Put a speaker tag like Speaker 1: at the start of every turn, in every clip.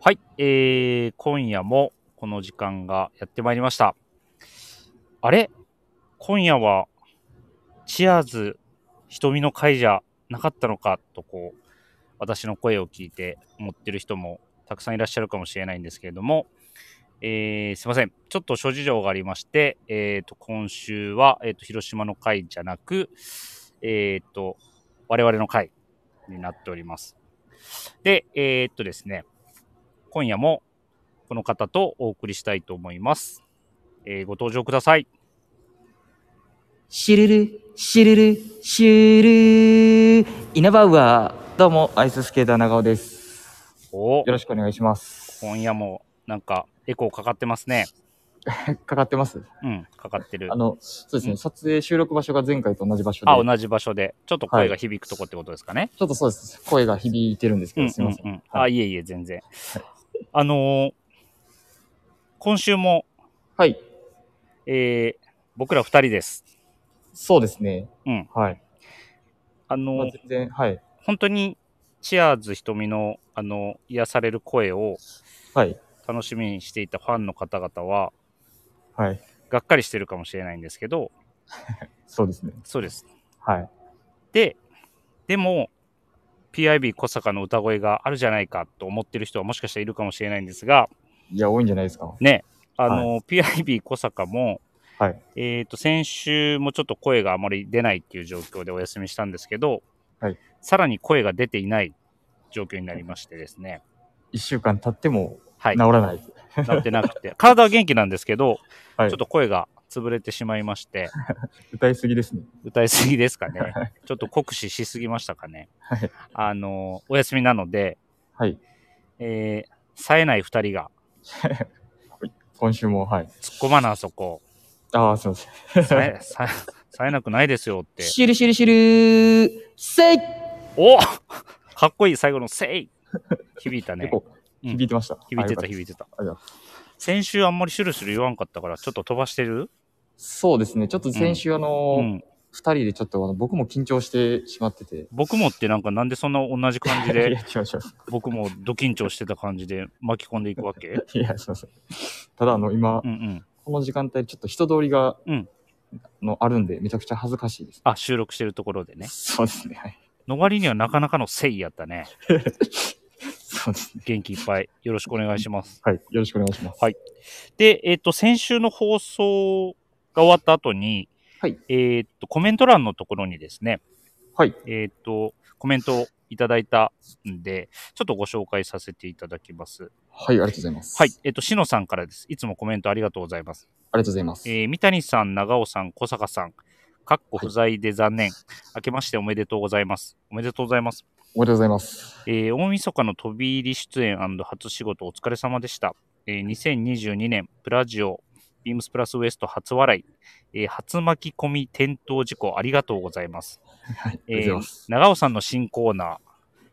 Speaker 1: はい、えー、今夜もこの時間がやってまいりました。あれ今夜は、チアーズ、瞳の会じゃなかったのかと、こう、私の声を聞いて思ってる人もたくさんいらっしゃるかもしれないんですけれども、えー、すいません。ちょっと諸事情がありまして、えー、と、今週は、えー、と、広島の会じゃなく、えー、と、我々の会になっております。で、えー、っとですね、今夜もこの方とお送りしたいと思います。えーご登場ください。
Speaker 2: シュルル、シュルル、シュルー。イナバウアー。どうも、アイススケーター長尾です。
Speaker 1: お
Speaker 2: よろしくお願いします。
Speaker 1: 今夜もなんかエコーかかってますね。
Speaker 2: かかってます
Speaker 1: うん、かかってる
Speaker 2: あ。の、そうですね、
Speaker 1: うん
Speaker 2: 撮影収録場所が前回と同じ場所で、
Speaker 1: あ、
Speaker 2: ち
Speaker 1: 同じ場所で。ちょっと声が響くとこってことですかね。
Speaker 2: ょっとそうです。声が響いてるんですけ
Speaker 1: うん
Speaker 2: ど、すいません。
Speaker 1: うんうん。
Speaker 2: は
Speaker 1: あ、いえいえ、全然。あのー今週も、
Speaker 2: はい。
Speaker 1: えー僕ら二人です。
Speaker 2: そうですね。
Speaker 1: うん。
Speaker 2: はい。
Speaker 1: あの
Speaker 2: まあ
Speaker 1: ー
Speaker 2: 全然、はい。
Speaker 1: 本当に、チアーズ瞳の、あの、癒される声を
Speaker 2: はい。
Speaker 1: 楽しみにしていたファンの方々は、
Speaker 2: はい。
Speaker 1: がっかりしてるかもしれないんですけど、
Speaker 2: そうですね。
Speaker 1: そうです。
Speaker 2: はい。
Speaker 1: で、でも、PIB 小坂の歌声があるじゃないかと思ってる人はもしかしたらいるかもしれないんですが、
Speaker 2: いや、多いんじゃないですか。
Speaker 1: ね、あの、PIB 小坂も、
Speaker 2: はい。
Speaker 1: えっ、と、先週もちょっと声があまり出ないっていう状況でお休みしたんですけど、
Speaker 2: はい
Speaker 1: さらに声が出ていない状況になりましてですね、
Speaker 2: 一週間経っても
Speaker 1: はい
Speaker 2: 治、らない。
Speaker 1: なってなくて、体は元気なんですけど、
Speaker 2: はい
Speaker 1: ちょっと声が潰れてしまいまして、
Speaker 2: 歌いすぎですね。
Speaker 1: 歌いすぎですかね。ちょっと酷使しすぎましたかね。
Speaker 2: はい
Speaker 1: あの、お休みなので、
Speaker 2: はい。
Speaker 1: えー、冴えない二人が、
Speaker 2: 今週も、はい。
Speaker 1: 突っ込まなあそ こ、
Speaker 2: ああ、すいません。
Speaker 1: 冴え、冴え冴えなくないですよ って。
Speaker 2: シュルシュルシュルー。せい
Speaker 1: おかっこいい最後のせい響いたね
Speaker 2: 結。構、
Speaker 1: うん
Speaker 2: 響いてました。
Speaker 1: 響いて
Speaker 2: あ
Speaker 1: た、
Speaker 2: よかっ
Speaker 1: 響いてた
Speaker 2: ありがとうございま。
Speaker 1: 先週あんまりシュルシュル言わんかったから、ちょっと飛ばしてる
Speaker 2: そうですね。ちょっと先週、あ
Speaker 1: う
Speaker 2: の、
Speaker 1: ん。
Speaker 2: 二、人でちょっとあの僕も緊張してしまってて。
Speaker 1: 僕もってなんかなんでそんな同じ感じ
Speaker 2: い
Speaker 1: で、
Speaker 2: や、違う違
Speaker 1: 僕もド緊張してた感じで巻き込んでいくわ け
Speaker 2: う。いや、すいません。ただ、あの、今、
Speaker 1: うんうん。
Speaker 2: この時間帯、ちょっと人通りが、
Speaker 1: うん
Speaker 2: の、あるんで、めちゃくちゃ恥ずかしいです。
Speaker 1: あ、収録してるところでね。
Speaker 2: そうですね。はい。
Speaker 1: の割にはなかなかのせいやったね。
Speaker 2: そうですね。
Speaker 1: 元気いっぱい。よろしくお願いします。
Speaker 2: はい。よろしくお願いします。
Speaker 1: はいで、えっ、と、先週の放送が終わった後に、
Speaker 2: はい
Speaker 1: えっ、と、コメント欄のところにですね、
Speaker 2: はい。
Speaker 1: えっ、と、コメントをいただいたんで、ちょっとご紹介させていただきます。
Speaker 2: はい、ありがとうございます。
Speaker 1: はい。。えっ、と、しのさんからです。いつもコメントありがとうございます。
Speaker 2: ありがとうございます。
Speaker 1: えー三谷さん、長尾さん、小坂さん、かっこ不在で残念。明けましておめでとうございます。おめでとうございます。
Speaker 2: おめでとうございます。
Speaker 1: えー大晦日の飛び入り出演初仕事お疲れ様でした。えー2022年、プラジオ、ビームスプラスウエスト初笑い、えー初巻き込み転倒事故ありがとうございます。
Speaker 2: はい。ありがと
Speaker 1: え
Speaker 2: うございま
Speaker 1: ー
Speaker 2: す。
Speaker 1: 長尾さんの新コーナ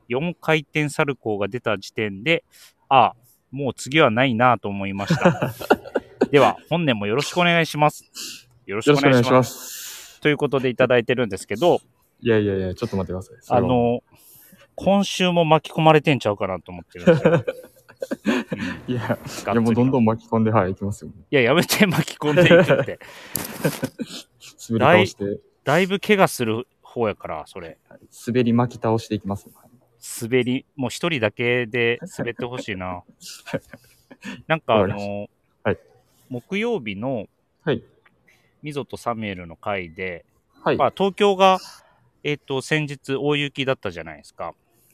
Speaker 1: ー、4回転サルコーが出た時点で、ああ、もう次はないなぁと思いま した。では、本年もよろしくお願いします。よろしく
Speaker 2: よ
Speaker 1: お
Speaker 2: ろしくお
Speaker 1: 願いし
Speaker 2: 願
Speaker 1: ま
Speaker 2: い
Speaker 1: す。
Speaker 2: します。
Speaker 1: ということでいただいてるんですけど、
Speaker 2: いやいやいや、ちょっと待ってください。
Speaker 1: あの、今週も巻き込まれてんちゃうかなと思ってるんですよ。
Speaker 2: それは、い
Speaker 1: い
Speaker 2: や、いやもうどんど
Speaker 1: ん。い
Speaker 2: ん巻き込んで、はい、いきますよ。
Speaker 1: や、やめて巻き込んでいく って。
Speaker 2: 滑り倒して、
Speaker 1: だいぶ怪我する方やから、それ。
Speaker 2: 滑り巻き倒していきます。はい
Speaker 1: 滑り、もう一人だけで滑ってほしい な。なんか、あ
Speaker 2: わかりま
Speaker 1: の、
Speaker 2: はい
Speaker 1: 木曜日の
Speaker 2: はい。
Speaker 1: ミゾとサミュエルの回で、
Speaker 2: はい。
Speaker 1: まあ、東京が、えっ、と、先日大雪だったじゃないですか。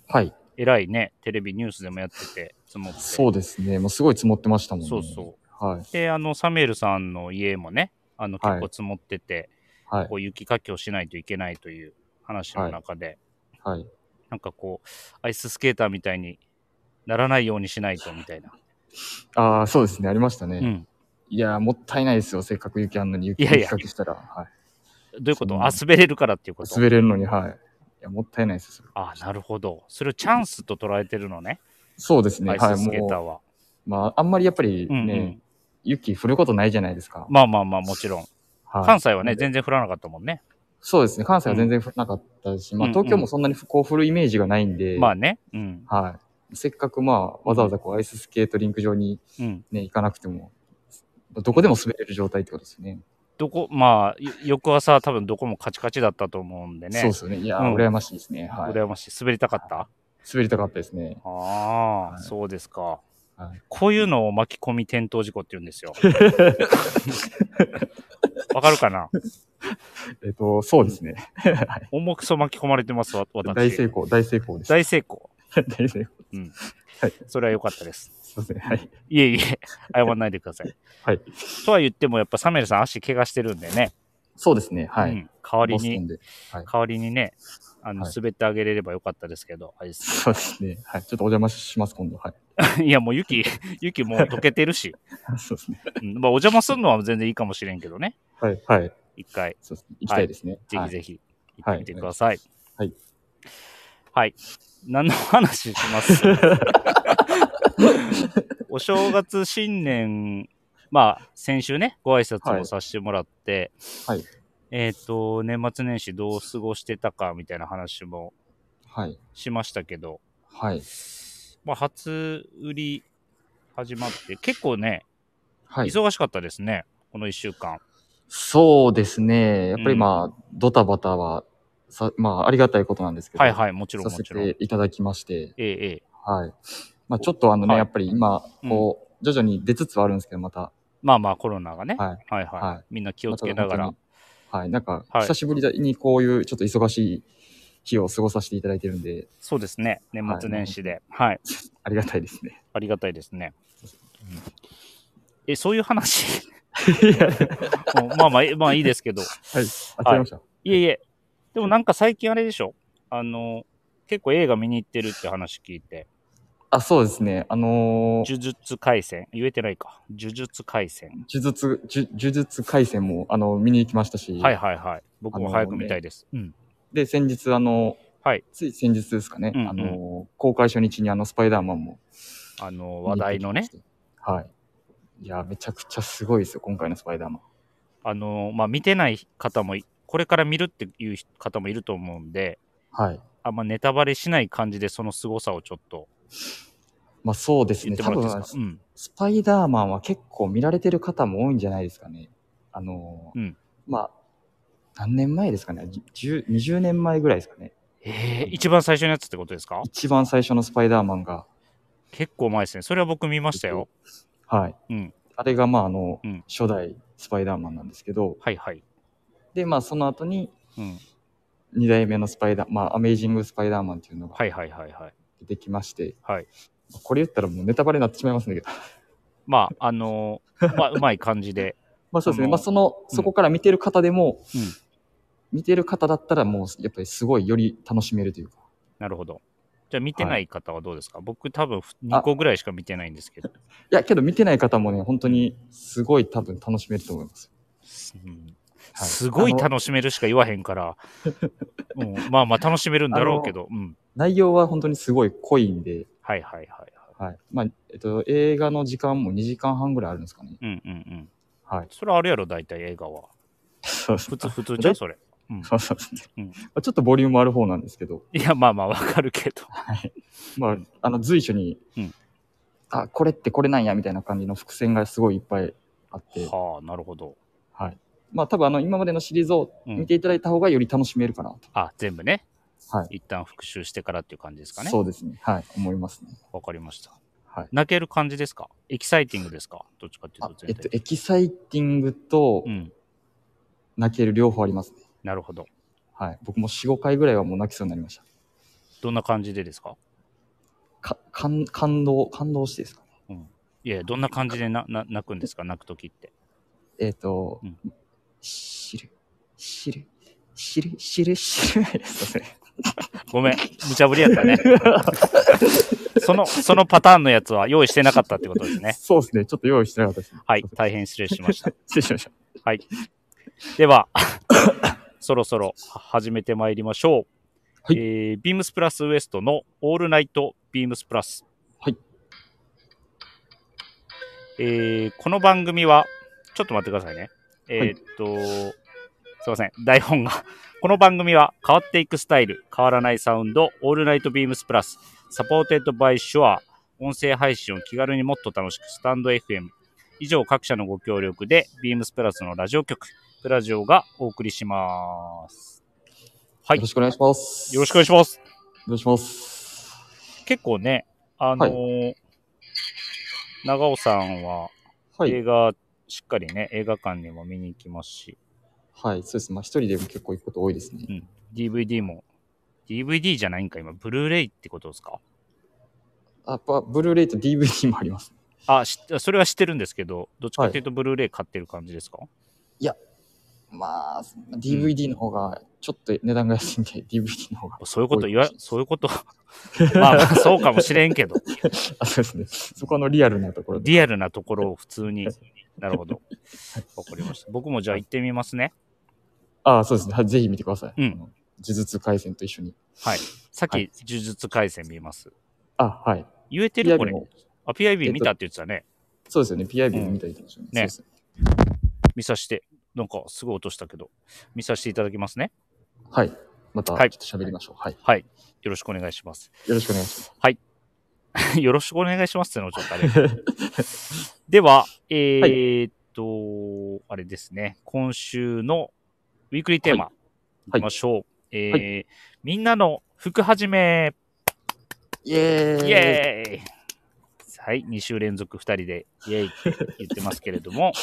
Speaker 2: はい。
Speaker 1: えらいね、テレビニュースでもやってて、積もって。
Speaker 2: そうですね。もうすごい積もってましたもんね。
Speaker 1: そうそう。
Speaker 2: はい。
Speaker 1: で、あの、サミュエルさんの家もね、あの、
Speaker 2: はい
Speaker 1: 結構積もってて、
Speaker 2: はい
Speaker 1: こ。う雪かきをしないといけないという話の中で、
Speaker 2: はい。
Speaker 1: なんかこう、アイススケーターみたいにならないようにしないとみたいな。
Speaker 2: ああ、そうですね。ありました
Speaker 1: う
Speaker 2: ね。
Speaker 1: ん。
Speaker 2: いやー、もったいないですよ。せっかく雪あんのに雪
Speaker 1: いやいや
Speaker 2: 雪かきしたら。はい。
Speaker 1: どういうこと、
Speaker 2: そう
Speaker 1: あ、滑れるからっていうこと
Speaker 2: 滑れるのに、はい。いや、もったいないですよそれ。
Speaker 1: あ、なるほど。それをチャンスと捉えてるのね、
Speaker 2: そうですね。
Speaker 1: ア
Speaker 2: は
Speaker 1: イス
Speaker 2: い。
Speaker 1: スケーター
Speaker 2: も
Speaker 1: は。
Speaker 2: う、まあ、あんまりやっぱり
Speaker 1: うんう
Speaker 2: ね
Speaker 1: ん、
Speaker 2: 雪降ることないじゃないですか。
Speaker 1: まあまあまあ、もちろん。
Speaker 2: はい
Speaker 1: 関西はね、
Speaker 2: なんで
Speaker 1: 全然降らなかったもんね。
Speaker 2: そうですね。関西は全然降らなかったし、まあ、
Speaker 1: うん
Speaker 2: 東京もそんなにこう降るイメージがないんで、
Speaker 1: まあね。うん。
Speaker 2: はい。せっかくまあ、わざわざこうアイススケートリンク場に
Speaker 1: うん。
Speaker 2: ね、行かなくても、どこでも滑れる状態ってことですよね。
Speaker 1: どこ、まあ、よ翌朝多分どこもカチカチだったと思うんでね。
Speaker 2: そうですよね。いやー、
Speaker 1: うん
Speaker 2: 羨ましいですね。はい。
Speaker 1: 羨ましい。滑りたかった
Speaker 2: 滑りたかったですね。
Speaker 1: ああ、
Speaker 2: はい
Speaker 1: そうですか。
Speaker 2: はい
Speaker 1: こういうのを巻き込み転倒事故って言うんです よ。わかるかな
Speaker 2: えっ、と、そうですね。
Speaker 1: 重くそ巻き込まれてます、わ私。
Speaker 2: 大成功、大成功です。
Speaker 1: 大成功。
Speaker 2: 大成功。
Speaker 1: それは良かったです。
Speaker 2: すいません。はい。
Speaker 1: いえいえ、謝らないでください。
Speaker 2: はい。
Speaker 1: とは言っても、やっぱサメルさん足怪我してるんでね。
Speaker 2: そうですね。はい。
Speaker 1: うん代わり
Speaker 2: ボスト
Speaker 1: に
Speaker 2: ン、で。
Speaker 1: 代わりにね、あの、
Speaker 2: はい
Speaker 1: 滑ってあげれればよかったですけど、あれです
Speaker 2: そうですね。はい。ちょっとお邪魔します、今度。はい。
Speaker 1: けどいや、もう雪、雪もう溶けてるし、
Speaker 2: そうですね。
Speaker 1: うんまあ、お邪魔するのは全然いいかもしれんけどね。
Speaker 2: はい。はい。
Speaker 1: 一回、
Speaker 2: そうですね。行きたいですね。
Speaker 1: ぜひ
Speaker 2: ひ。
Speaker 1: ぜひ、行
Speaker 2: は
Speaker 1: っ
Speaker 2: い
Speaker 1: てみてください。
Speaker 2: はい。
Speaker 1: はい。何の話します お正月、新年、まあ、先週ね、ご挨拶をさせてもらって、
Speaker 2: はい。
Speaker 1: えっ、と、年末年始どう過ごしてたかみたいな話も
Speaker 2: はい。
Speaker 1: しましたけど、
Speaker 2: はい。
Speaker 1: まあ、初売り始まって、結構ね、
Speaker 2: はい。
Speaker 1: 忙しかったですね、この1週間。
Speaker 2: そうですね。やっぱ
Speaker 1: う
Speaker 2: り
Speaker 1: ん
Speaker 2: まあ、ドタバタは、さまあ、ありがたいことなんですけど、
Speaker 1: はいはい、もちろん
Speaker 2: さ
Speaker 1: も
Speaker 2: せ
Speaker 1: ちろん。え
Speaker 2: ていただきまして、
Speaker 1: えええ。
Speaker 2: はい。まあ、ちょっとあのね、
Speaker 1: はい
Speaker 2: やっぱり今、
Speaker 1: うん
Speaker 2: こう、徐々に出つつはあるんですけど、また、
Speaker 1: まあまあ、コロナがね、
Speaker 2: はい。
Speaker 1: はいはい。
Speaker 2: は
Speaker 1: みんな気をつけなが
Speaker 2: ま
Speaker 1: ら
Speaker 2: た本。当に。はい。なんか、
Speaker 1: はい
Speaker 2: 久しぶりにこういうちょっと忙しい日を過ごさせていただいてるんで、
Speaker 1: そうですね、年末年始で。はい、
Speaker 2: ありがたいですね。
Speaker 1: ありがたいですね。え、そういう話 うんまあまあ、えまあいいですけど。
Speaker 2: あ、違いました。
Speaker 1: いえいえ、でもなんか最近あれでしょあの、結構映画見に行ってるって話聞いて、
Speaker 2: あ、そうですね。あのー、
Speaker 1: 呪術廻戦、言えてないか、呪術廻戦。
Speaker 2: 呪術、呪呪術回戦も、あの、見に行きましたし、
Speaker 1: はいはいはい。僕も早く見たいです。うん。
Speaker 2: で、先日、あの、
Speaker 1: はい
Speaker 2: つい先日ですかね、
Speaker 1: うんうん
Speaker 2: あの、公開初日にあの、スパイダーマンも
Speaker 1: あの、話題の
Speaker 2: 見
Speaker 1: ね
Speaker 2: に、行ってきまして。はい。いや、めちゃくちゃすごいですよ、今回のスパイダーマン。
Speaker 1: あの、まあ見てない方もい、これから見るっていう方もいると思うんで、
Speaker 2: はい。
Speaker 1: あんまネタバレしない感じでその凄さをちょっと
Speaker 2: まあそうです
Speaker 1: 言っ
Speaker 2: ね、
Speaker 1: て
Speaker 2: 多
Speaker 1: もら
Speaker 2: 分
Speaker 1: っていいですか。うん。
Speaker 2: スパイダーマンは結構見られてる方も多いんじゃないですかね。あのー
Speaker 1: うん
Speaker 2: まあ、何年前ですかね。10 20年前ぐらいですかね。
Speaker 1: えー、一番最初のやつってことですか
Speaker 2: 一番最初のスパイダーマンが。
Speaker 1: 結構前ですね。それは僕見ましたよ。
Speaker 2: はい。
Speaker 1: うん
Speaker 2: あれが、まあ、あの、
Speaker 1: うん
Speaker 2: 初代スパイダーマンなんですけど、
Speaker 1: はいはい。
Speaker 2: で、まあ、その後に、
Speaker 1: うん。
Speaker 2: 2代目のスパイダー、まあ、アメイジングスパイダーマンっていうのが
Speaker 1: はいはいはいはい。
Speaker 2: 出てきまして、
Speaker 1: はい
Speaker 2: これ言ったらもうネタバレになってしまいますねけど。
Speaker 1: まあ、あの ーまあ、うまい感じで。
Speaker 2: まあそうです
Speaker 1: あ
Speaker 2: ね。
Speaker 1: の
Speaker 2: まあその、そこから見てる方でも、
Speaker 1: うん
Speaker 2: 見てる方だったらもうやっぱりすごいより楽しめるというか。
Speaker 1: なるほど。じゃあ見て
Speaker 2: は
Speaker 1: ない方はどうですか、僕多分2個ぐらいしか見てないんですけど。
Speaker 2: いや、けど見てない方もね、本当にすごい多分楽しめると思います。
Speaker 1: うん
Speaker 2: はい
Speaker 1: すごい
Speaker 2: あの
Speaker 1: 楽しめるしか言わへん から、うん、まあまあ楽しめるんだろうけど、うん。
Speaker 2: 内容は本当にすごい濃いんで、
Speaker 1: はいはいはい。
Speaker 2: はい。まあ、えっと、映画の時間も2時間半ぐらいあるんですかね。
Speaker 1: うんうんうん。
Speaker 2: はい。
Speaker 1: それあるやろ、大体映画は。
Speaker 2: そうです
Speaker 1: 普通、普通じゃん、それ。
Speaker 2: そうそうそううんまあちょっとボリュームある方なんですけど、
Speaker 1: いや、まあまあわかるけど。
Speaker 2: まあ、あの、随所に、
Speaker 1: うん
Speaker 2: あ、これってこれなんや、みたいな感じの伏線がすごいいっぱいあって、
Speaker 1: はあ、なるほど。
Speaker 2: はい。まあ多分あの、今までのシリーズを
Speaker 1: うん
Speaker 2: 見ていただいた方がより楽しめるかなと。
Speaker 1: あ、全部ね。
Speaker 2: はい
Speaker 1: 一旦復習してからっていう感じですかね。
Speaker 2: そうですね。はい。思いますね。
Speaker 1: わかりました。
Speaker 2: はい。
Speaker 1: 泣ける感じですかエキサイティングですかどっちかっていう
Speaker 2: あ
Speaker 1: と
Speaker 2: え
Speaker 1: 全
Speaker 2: っと
Speaker 1: 体、、
Speaker 2: エキサイティングと
Speaker 1: うん。
Speaker 2: 泣ける両方ありますね。
Speaker 1: なるほど。
Speaker 2: はい。僕も4、5回ぐらいはもう泣きそうになりました。
Speaker 1: どんな感じでですか
Speaker 2: か、感、感動、感動してですかね。
Speaker 1: いや、どんな感じでなな泣くんですか泣くときって。
Speaker 2: えっ、と、
Speaker 1: うん
Speaker 2: 知る、知る、知る、知る、知る。すい
Speaker 1: ごめん。無茶ぶりやっ たね。
Speaker 2: ません
Speaker 1: その、そのパターンのやつは用意してなかったってことですね。
Speaker 2: そうですね。ちょっと用意してなかったですね。
Speaker 1: はい。大変失礼しました。
Speaker 2: 失礼しました。
Speaker 1: では、 そろそろ始めてまいりましょう。
Speaker 2: はい
Speaker 1: えービームスプラスウエストのオールナイトビームスプラス。
Speaker 2: はい。
Speaker 1: えーこの番組は、ちょっと待ってくださいね。えーっと、すいません。台 本が。この番組は変わっていくスタイル、変わらないサウンド、オールナイトビームスプラス。サポーテッドバイシュア、音声配信を気軽にもっと楽しく、スタンド FM。以上各社のご協力で、ビームスプラスのラジオ局、プラジオがお送りします。はい
Speaker 2: よろしくお願いします。
Speaker 1: よろしくお願いします。
Speaker 2: お願いします。
Speaker 1: 結構ね、あのー長尾さんは
Speaker 2: はい
Speaker 1: 映。画、しっかりね、映画館にも見に行きますし、
Speaker 2: はい。そうです。まあ、一人でも結構行くこと多いですね。
Speaker 1: DVD も、DVD じゃないんか、今、ブルーレイってことですか
Speaker 2: あ、ばブルーレイと DVD もあります。
Speaker 1: あ、しそれは知ってるんですけど、どっちかっていうとブルーレイ買ってる感じですか、
Speaker 2: まあ、DVD の方がちょっと値段が安いんで、DVD の方が。
Speaker 1: そういうこと言
Speaker 2: 多
Speaker 1: わ
Speaker 2: い、
Speaker 1: そういうこと。 まあまあ、そうかもしれんけど、
Speaker 2: あ、そうですね。そこのリアルなところで。
Speaker 1: リアルなところを普通に。なるほど。わかりました。僕もじゃあ行ってみますね。
Speaker 2: あ、そうですね。はいぜひ見てください。
Speaker 1: うん
Speaker 2: あの呪術廻戦と一緒に。
Speaker 1: さっき、
Speaker 2: はい
Speaker 1: 呪術廻戦見ます。
Speaker 2: あ、はい。
Speaker 1: 言えてるこ
Speaker 2: PIB
Speaker 1: れ。
Speaker 2: も、
Speaker 1: あ、PIB 見たって言ってたね。
Speaker 2: そうですよね。PIB も見たりとかし
Speaker 1: ね
Speaker 2: ね。そうです
Speaker 1: 見させて、なんかすごい落としたけど、見させていただきますね。
Speaker 2: はい。また、ちょ
Speaker 1: は
Speaker 2: っ
Speaker 1: い
Speaker 2: と喋りましょう。はい。
Speaker 1: はい。よろしくお願いし ます。
Speaker 2: よろしくお願いし
Speaker 1: よろしくお願いしますってのもちょっとあ れ。では、えー
Speaker 2: はい
Speaker 1: えーっと、あれですね。今週のウィークリーテーマ、
Speaker 2: はいいはい
Speaker 1: きましょう。えー
Speaker 2: は
Speaker 1: みんなの服はじめ、
Speaker 2: ます。イェー
Speaker 1: イエーイ、はい、2週連続2人でイエーイって言ってますけれども、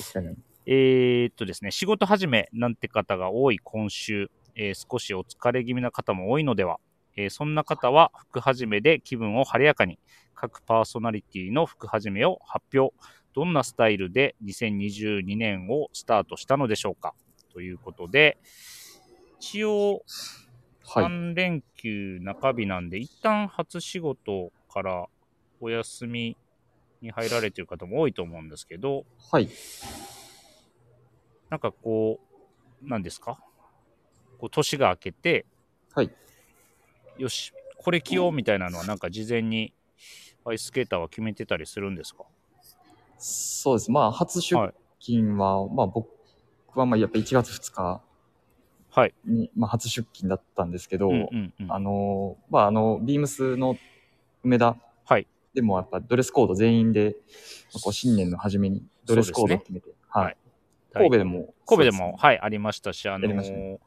Speaker 2: 確かに
Speaker 1: えーっとですね、仕事始めなんて方が多い今週、えー少しお疲れ気味な方も多いのでは、えーそんな方は服始めで気分を晴れやかに、各パーソナリティの服始めを発表。どんなスタイルで2022年をスタートしたのでしょうかということで、一応
Speaker 2: はい。
Speaker 1: 3連休中日なんで、一旦初仕事からお休みに入られている方も多いと思うんですけど、
Speaker 2: はい。
Speaker 1: なんかこう、なんですかこう年が明けて、
Speaker 2: はい。
Speaker 1: よし、これ着ようみたいなのは、なんか事前にアイススケーターは決めてたりするんですか
Speaker 2: そうです。まあ、初出
Speaker 1: はい
Speaker 2: 勤は、まあ、僕は、まあ、やっぱ1月2日
Speaker 1: はい。
Speaker 2: に、まあ、初出勤だったんですけど、
Speaker 1: うんうんうん
Speaker 2: あのー、まあ、あの、ビームスの梅田
Speaker 1: はい。
Speaker 2: でも、やっぱドレスコード全員で、まあこう新年の初めにドレスコードを決めて、は
Speaker 1: はいい。
Speaker 2: 神戸でも、
Speaker 1: 神戸で
Speaker 2: そう
Speaker 1: も、
Speaker 2: すね
Speaker 1: はい、ありましたし、あの
Speaker 2: やりました
Speaker 1: ー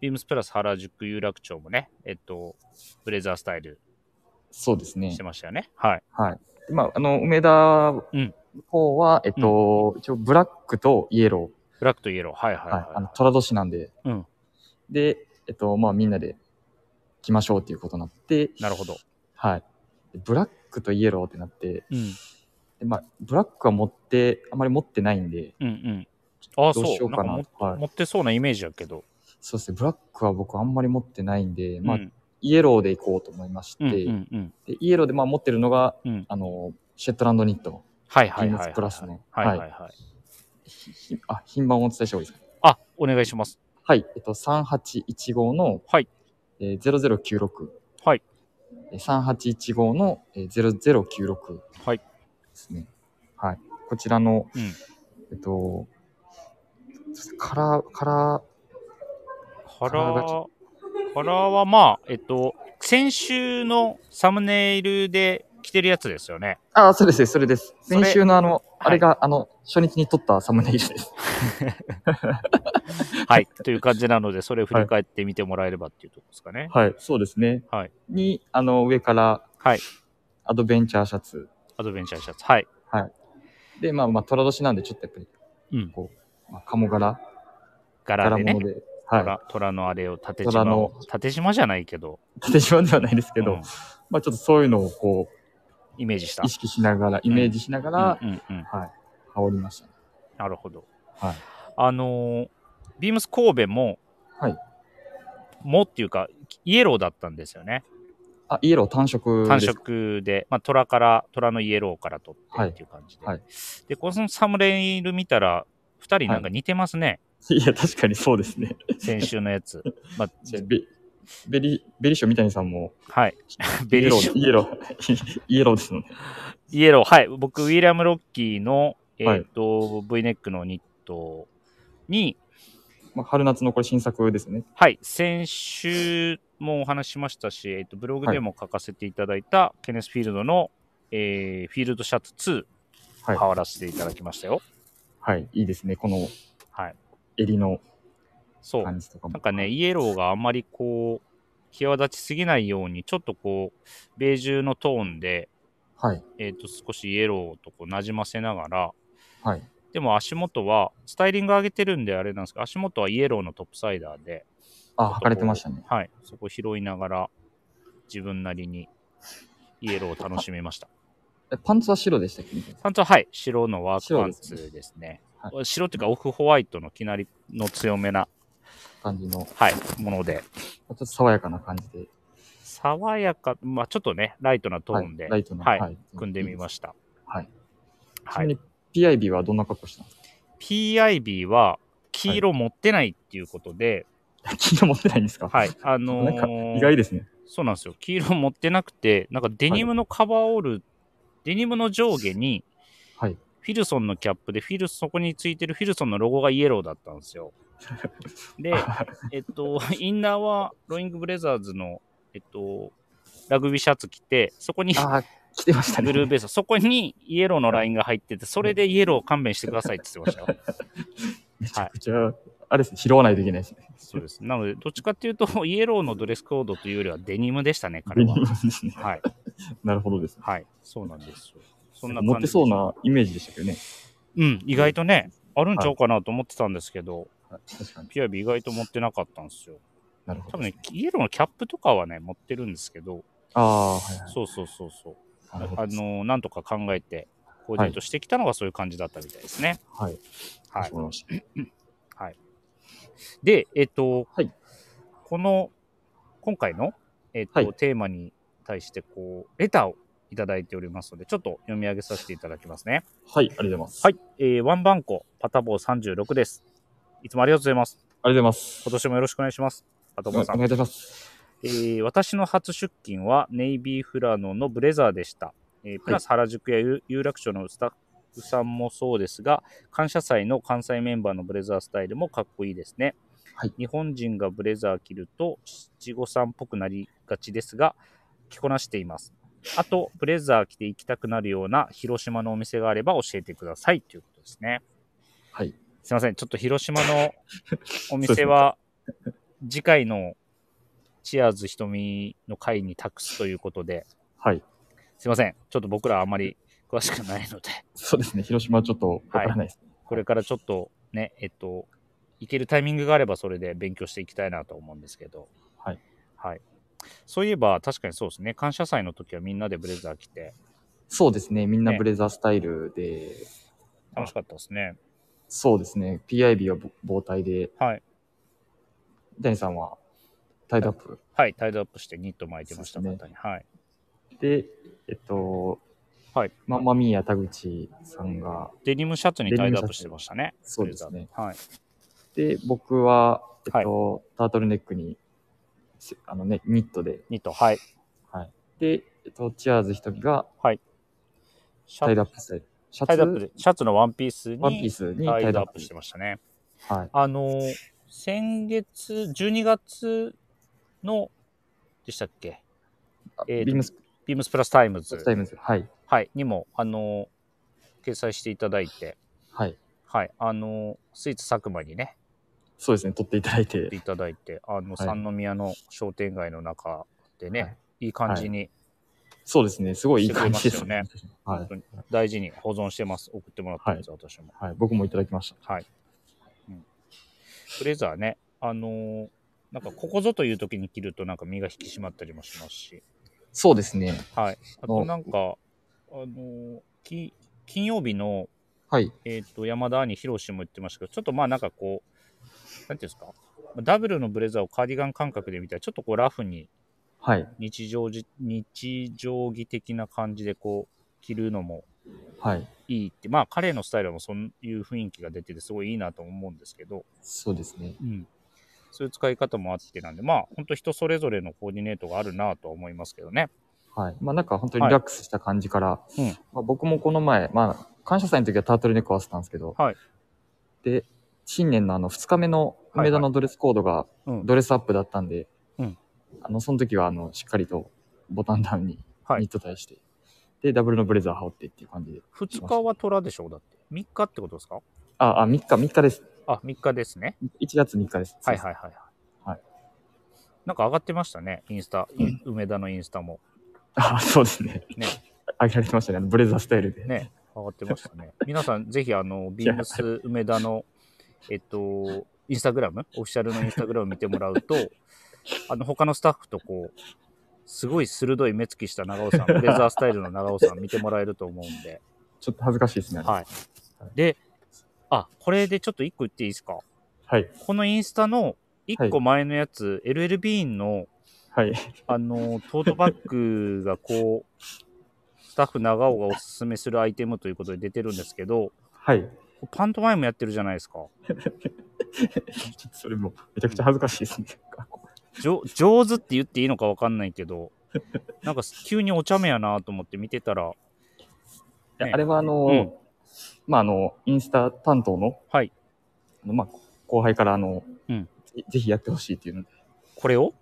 Speaker 1: ビームスプラス原宿有楽町もね、えっと、ブレザースタイル
Speaker 2: そうですね
Speaker 1: して。ましたよね。はい。
Speaker 2: はい。まあ、あの、梅田の方は、えっと、一応、ブラックとイエロ
Speaker 1: ブラックとイエロー、はいは
Speaker 2: ー、
Speaker 1: い
Speaker 2: はい
Speaker 1: は。い。
Speaker 2: あの、虎年なんで、
Speaker 1: うん
Speaker 2: で、えっと、まあ、みんなで来ましょうっていうことになって、
Speaker 1: なるほど。
Speaker 2: はい。でブラックとイエローってなって、
Speaker 1: うん。
Speaker 2: でまあ、ブラックは持って、あまり持ってないんで、
Speaker 1: うんうん。ああ、
Speaker 2: どうし
Speaker 1: そ
Speaker 2: よ
Speaker 1: う。
Speaker 2: う
Speaker 1: なんか
Speaker 2: かな。
Speaker 1: も
Speaker 2: はい、
Speaker 1: 持ってそうなイメージやけど。
Speaker 2: そうですね、ブラックは僕あんまり持ってないんで、まあ
Speaker 1: う、ん
Speaker 2: イエローで行こうと思いまして、
Speaker 1: うんうんうん。
Speaker 2: でイエローでまあ持ってるのが、
Speaker 1: うん
Speaker 2: あの、シェットランドニット、
Speaker 1: はい
Speaker 2: ビ
Speaker 1: はい
Speaker 2: ーム
Speaker 1: はいは
Speaker 2: ス
Speaker 1: い。
Speaker 2: プラスの、
Speaker 1: はいはいはい。
Speaker 2: ひひあ、品番をお伝えした方がいいですか
Speaker 1: あ、お願いします。
Speaker 2: はい、えっと、3815の、
Speaker 1: はい
Speaker 2: えー、0096。
Speaker 1: はい。
Speaker 2: えー3815の、えー、0096。
Speaker 1: はい
Speaker 2: ですね。はい。こちらの、
Speaker 1: うん
Speaker 2: えっと、カラー、カラ
Speaker 1: カ
Speaker 2: カラ
Speaker 1: ラ
Speaker 2: ーがち
Speaker 1: ー、カラーはまあ、えっと、先週のサムネイルで着てるやつですよ ね。
Speaker 2: ー、あ、そうです、それです。
Speaker 1: それ
Speaker 2: 先週のあの、
Speaker 1: い
Speaker 2: あれが、あの、初日に撮ったサムネイルです。
Speaker 1: はい。という感じなので、それを振り返ってみてもらえればっていうところですかね。
Speaker 2: はい、そうですね。
Speaker 1: はい。
Speaker 2: に、あの、上から、
Speaker 1: はい。
Speaker 2: アドベンチャーシャツ。
Speaker 1: アドベンチャーシャツ。はい。
Speaker 2: で、まあまあ、虎年なんで、ちょっとやっぱり、
Speaker 1: うん
Speaker 2: こう、まあ、鴨柄、
Speaker 1: 柄
Speaker 2: 柄
Speaker 1: でね
Speaker 2: 物。で、はい。
Speaker 1: 虎虎のあれを縦
Speaker 2: 虎
Speaker 1: 縞
Speaker 2: の
Speaker 1: を。縦縞じゃないけど、
Speaker 2: 縦島ではないですけど、
Speaker 1: うん
Speaker 2: まあちょっとそういうのをこう、
Speaker 1: イメージした
Speaker 2: 意。識しながら、イメージしながら、
Speaker 1: うんうんうん。
Speaker 2: 羽織りましたね。
Speaker 1: なるほど。
Speaker 2: はい。
Speaker 1: あのービームス神戸も、
Speaker 2: はい。
Speaker 1: もっていうか、イエローだったんですよね。
Speaker 2: あ、イエロー単色
Speaker 1: 単
Speaker 2: です。
Speaker 1: 色で、まあ、虎から、虎のイエローから取ってっていう感じで。
Speaker 2: はいは
Speaker 1: で、このサムネイル見たら、2人なんか似てますね、
Speaker 2: いや、確かにそうですね。
Speaker 1: 先週のや つ。まあ、
Speaker 2: じゃあベベリ、ベリショ三谷さんも、
Speaker 1: はい。ベリッシュ。
Speaker 2: イエロー、 イエローイエローですもんね。
Speaker 1: イエロー、はい。僕、ウィリアム・ロッキーの、えっ、
Speaker 2: はい
Speaker 1: と、V ネックのニットに、
Speaker 2: まあ、春夏のこれ新作ですね。
Speaker 1: はい、先週もお話ししましたし、えっと、ブログでも書かせていただいた、ケネスフィールドの、えーフィールドシャツ2、
Speaker 2: はい
Speaker 1: 羽織らせていただきましたよ。
Speaker 2: はい、いいですね。この
Speaker 1: はい。
Speaker 2: 襟の
Speaker 1: そう。
Speaker 2: 感じとかも。
Speaker 1: なんかね、イエローがあんまりこう、際立ちすぎないように、ちょっとこう、ベージュのトーンで、
Speaker 2: はい、
Speaker 1: えっ、と、少しイエローとこう、馴染ませながら、
Speaker 2: はい、
Speaker 1: でも足元は、スタイリング上げてるんであれなんですけど、足元はイエローのトップサイダーで、
Speaker 2: あ、履かれてましたね。
Speaker 1: はい、そこ拾いながら、自分なりにイエローを楽しみました。
Speaker 2: えパンツは白でしたっけみたいな
Speaker 1: パンツは、はい、白のワークパン
Speaker 2: 白です
Speaker 1: ツですね。
Speaker 2: は
Speaker 1: 白っていうか、オフホワイトのきなりの強めな、
Speaker 2: 感じの、ち
Speaker 1: はい、もので、
Speaker 2: ょっと爽やかな感じで、
Speaker 1: 爽やか、まあちょっとね、ライトなトーンで、
Speaker 2: はい、ライトの、
Speaker 1: はい組んでみま
Speaker 2: し
Speaker 1: した。
Speaker 2: た。はい。ちな
Speaker 1: は
Speaker 2: み
Speaker 1: い、
Speaker 2: に PIB はどんな格好したんですか
Speaker 1: PIB は黄色持ってないっていうことで、
Speaker 2: 昨日持ってないんですか
Speaker 1: はい、あのー
Speaker 2: なんか意外ですね。
Speaker 1: そうなんですよ。黄色持ってなくて、なんかデニムのカバーオール、デニムの上下に、
Speaker 2: はい。
Speaker 1: フィルソンのキャップで、フィル、そこについてるフィルソンのロゴがイエローだったんですよ。 で、えっと、インナーはロイングブレザーズの、えっと、ラグビーシャツ着て、そこに
Speaker 2: ああ、来てましたね。
Speaker 1: ブルーベース、そこにイエローのラインが入ってて、それでイエロー勘弁してくださいって言ってましたよ。
Speaker 2: めちゃくちゃ、あれですね、拾わないといけないですね。
Speaker 1: そうです。なので、どっちかっていうと、イエローのドレスコードというよりはデニムでしたね、
Speaker 2: デ
Speaker 1: 彼
Speaker 2: ニ
Speaker 1: は
Speaker 2: ム。ですね。
Speaker 1: はい。
Speaker 2: なるほどですね。
Speaker 1: はい。そうなんですよ。そんな感じ
Speaker 2: 持ってそうなイメージでしたけどね。
Speaker 1: うん、意外とね、あるんちゃうかなと思ってたんですけど、
Speaker 2: はい確かに。
Speaker 1: ピアビ意外と持ってなかったんですよ。
Speaker 2: なるほ
Speaker 1: 多
Speaker 2: ど
Speaker 1: 分
Speaker 2: で
Speaker 1: ね
Speaker 2: すね。、
Speaker 1: イエローのキャップとかはね、持ってるんですけど、
Speaker 2: ああ、はいはい。
Speaker 1: そうそうそうそう。
Speaker 2: な
Speaker 1: あ
Speaker 2: るほど
Speaker 1: の
Speaker 2: ですね
Speaker 1: ー、なんとか考えて、コーディネートしてきたのがそういう感じだったみたいですね。
Speaker 2: はい。
Speaker 1: はい
Speaker 2: わか。りました
Speaker 1: で、えっ、と、
Speaker 2: はい
Speaker 1: この、今回の、えっと
Speaker 2: はい
Speaker 1: テーマに対して、こう、レターをいただいておりますので、ちょっと読み上げさせていただきますね。
Speaker 2: はい、ありがとうございます。
Speaker 1: はい。えーワンバンコ、パタボー36です。いつもありがとうございます。
Speaker 2: ありがとうございます。
Speaker 1: 今年もよろしくお願いします。パタ
Speaker 2: お
Speaker 1: ボーさん
Speaker 2: 願。いいたします。
Speaker 1: えー私の初出勤はネイビーフラノのブレザーでした。えープラス原宿や有有楽町のスタッフさんもそうですが、感謝祭の関西メンバーのブレザースタイルもかっこいいですね。
Speaker 2: はい
Speaker 1: 日本人がブレザー着ると七五三っぽくなりがちですが、着こなしています。あと、ブレザー着て行きたくなるような広島のお店があれば教えてくださいということですね。
Speaker 2: はい。
Speaker 1: すいません、ちょっと広島の お店は、次回のチアーズ瞳の会に託すということで、
Speaker 2: はい。
Speaker 1: すいません、ちょっと僕らあまり詳しくない ので、
Speaker 2: そうですね。広島はちょっとわからないですね。
Speaker 1: これからちょっとね、えっと、行けるタイミングがあればそれで勉強していきたいなと思うんですけど、
Speaker 2: はい。
Speaker 1: はい。そういえば、確かにそうですね、感謝祭の時はみんなでブレザー着て、
Speaker 2: そうですね。みんな
Speaker 1: ね
Speaker 2: ブレザースタイルで、
Speaker 1: 楽しかったですね。
Speaker 2: そうですね。PIB はぼ防体で、
Speaker 1: はい。
Speaker 2: ダニさんはタイドアップ
Speaker 1: はい、タイドアップしてニット巻いてました、
Speaker 2: そうですね
Speaker 1: 肩に。はい。
Speaker 2: で、えっと、
Speaker 1: はい。
Speaker 2: マンマミーヤ田口さんが、
Speaker 1: デニムシャツにタイドアップしてましたね。
Speaker 2: そうですね。
Speaker 1: ブレザー。はい。
Speaker 2: で、僕は、えっと、タートルネックに、せあのね、ニットで、
Speaker 1: ニット、はい。
Speaker 2: で、えっと、チアーズひときが
Speaker 1: シャ
Speaker 2: タ
Speaker 1: ツ
Speaker 2: イドアップスタイル。シャ
Speaker 1: タ
Speaker 2: ツ、
Speaker 1: イドアップで、シャツのワンピースに
Speaker 2: ワンピースに
Speaker 1: タ
Speaker 2: タ
Speaker 1: イ
Speaker 2: イ
Speaker 1: ド
Speaker 2: ド
Speaker 1: ア
Speaker 2: ア
Speaker 1: ッ
Speaker 2: ッ
Speaker 1: プ
Speaker 2: プ
Speaker 1: してましたね。
Speaker 2: た。はい。
Speaker 1: あのー、先月、12月の、でしたっけ、
Speaker 2: あ
Speaker 1: えーと
Speaker 2: ビームス
Speaker 1: ビームスプラスタイムズ、
Speaker 2: タイムズ。はい。
Speaker 1: はい、にも、あのー掲載していただいて、
Speaker 2: はい。
Speaker 1: はい、あのースイーツ佐久間にね、
Speaker 2: そうですね。取っていただいて
Speaker 1: 行って。いただいて、あの、
Speaker 2: い
Speaker 1: 三宮の商店街の中でね、
Speaker 2: はいい、
Speaker 1: い感じに
Speaker 2: そうですね。すごいいい感じですね。は
Speaker 1: 本
Speaker 2: い
Speaker 1: 当。に大事に保存してます。送ってもらったんです、私も。
Speaker 2: はい。僕もいただきました。
Speaker 1: はい。うん、ブレザーね、あのーなんかここぞという時に着るとなんか身が引き締まったりもしますし、
Speaker 2: そうですね。
Speaker 1: はい。あと
Speaker 2: お
Speaker 1: なんか、あのーき金曜日の、
Speaker 2: はい。
Speaker 1: えー、と山田兄博士も言ってましたけど、ちょっとまあなんかこう、なんていうんですか、ダブルのブレザーをカーディガン感覚で見たら、ちょっとこうラフに
Speaker 2: はい。
Speaker 1: 日常じ日常着的な感じでこう着るのも
Speaker 2: はい。
Speaker 1: いいって、まあ彼のスタイルもそういう雰囲気が出てて、すごいいいなと思うんですけど、
Speaker 2: そうですね。
Speaker 1: うん、そういう使い方もあってなんで、まあ、本当人それぞれのコーディネートがあるなとは思いますけどね。
Speaker 2: はい。まあなんか本当にリラックスした感じから、
Speaker 1: いうん
Speaker 2: まあ、僕もこの前、まあ、感謝祭の時はタートルネックを合わせたんですけど、
Speaker 1: はい
Speaker 2: で、新年のあの2日目の梅田のドレスコードが
Speaker 1: うん
Speaker 2: ドレスアップだったんで、
Speaker 1: うん
Speaker 2: あの、その時は、あの、しっかりとボタンダウンに
Speaker 1: はい
Speaker 2: ニット対して、で、ダブルのブレザー羽織ってっていう感じで。
Speaker 1: 2日は虎でしょだって。3日ってことですか
Speaker 2: あ、あ、3日、3日です。
Speaker 1: あ、3日ですね。
Speaker 2: 1月3日です。
Speaker 1: はいはいはいはい。
Speaker 2: はい
Speaker 1: なんか上がってましたね、インスタ、い梅田のインスタも。
Speaker 2: あ、そうですね。
Speaker 1: ね
Speaker 2: あげられてましたね。あのブレザースタイルで。
Speaker 1: ね、上がってましたね。 皆さん、ぜひ、あの、ビームス梅田の、えっと、インスタグラム、オフィシャルのインスタグラム見てもらう と、あの、他のスタッフとこう、すごい鋭い目つきした長尾さん、ブレザースタイルの長尾さん見てもらえると思うんで。
Speaker 2: ちょっと恥ずかしいですね。
Speaker 1: はい。で、あ、これでちょっと1個言っていいですか
Speaker 2: はい。
Speaker 1: このインスタの1個前のやつ、LLB の
Speaker 2: はい。
Speaker 1: あの、トートバッグがこう、スタッフ長尾がおすすめするアイテムということで出てるんですけど、
Speaker 2: はい。
Speaker 1: パントマイムやってるじゃないですか。
Speaker 2: ちょっとそれもめちゃくちゃ恥ずかしいですね。
Speaker 1: じょ上手って言っていいのかわかんないけど、なんか急にお茶目やなと思って見てたら、
Speaker 2: いや
Speaker 1: ね
Speaker 2: あれはあの、
Speaker 1: うん
Speaker 2: まああの、インスタ担当の、
Speaker 1: はい
Speaker 2: あのまあ、後輩からあの、
Speaker 1: うん
Speaker 2: ぜぜひやってほしいっていうので、
Speaker 1: これを